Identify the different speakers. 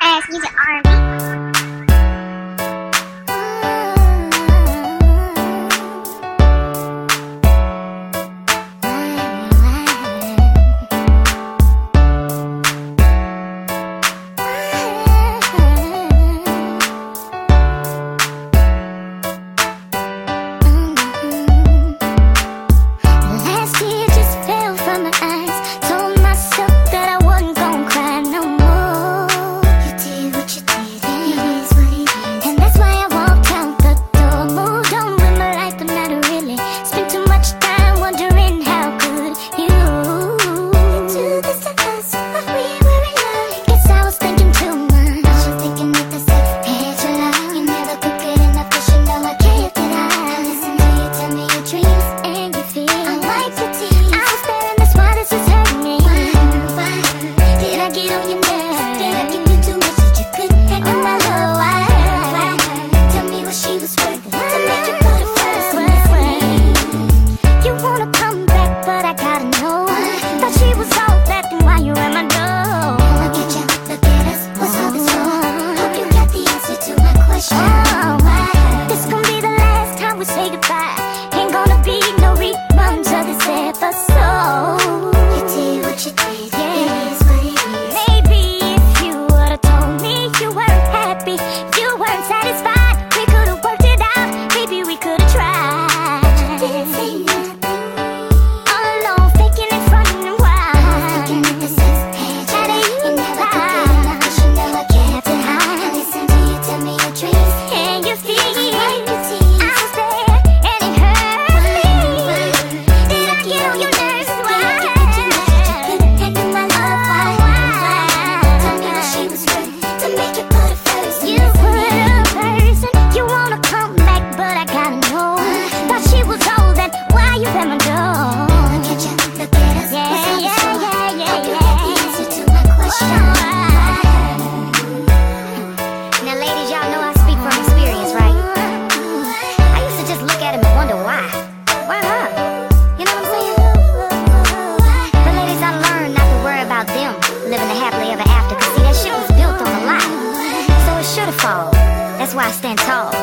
Speaker 1: ass music R&B. Last year just fell from my eyes. Told myself that I wasn't gonna cry no more. You did what you did, it is what it is. And that's why I walked out the door. Moved on with my life, but not really. Spent too much time wondering how could you do this to us when we were in love. Guess I was thinking too much. I was thinking that the sex had your love. You never could get enough, 'cause you know I can't get out. I listen to you tell me your dreams and your fears. I like your teeth. I was there, and that's why this is hurting me. Why? Did I get on your nerves? Did I give you too much that you couldn't handle? my love, why? Tell me what she was worth to make you put it first. You wanna come back, but I gotta know. Thought she was all that, then why you at my door? Look at you, look at us. What's all this for? Hope you got the answer to my question. Oh, why? This gonna be the last time we say goodbye. Ain't gonna be no reruns of this episode. You did what you did. Yeah. It is what it is. Maybe if you would've told me you weren't happy, you weren't satisfied, we could've worked it out. Maybe we could've tried. Didn't say nothing. All alone, faking and fronting and why? Thinking that this is that ain't you never should know I can't deny. Listen to you tell me your dreams and your fears. I was there and it hurt me. Did I get on your nerves? Why? You were a person you wanna come back, but I gotta know. Thought she was old, then why you at my door? Yeah, yeah, yeah, yeah, yeah.
Speaker 2: Now, ladies, y'all know I speak from experience, right? I used to just look at him and wonder why. Why her? You know what I'm saying? But, ladies, I learned not to worry about them living a happily ever after. Cause, see, that shit was built on a lie. So it should've fallen. That's why I stand tall.
Speaker 1: Oh,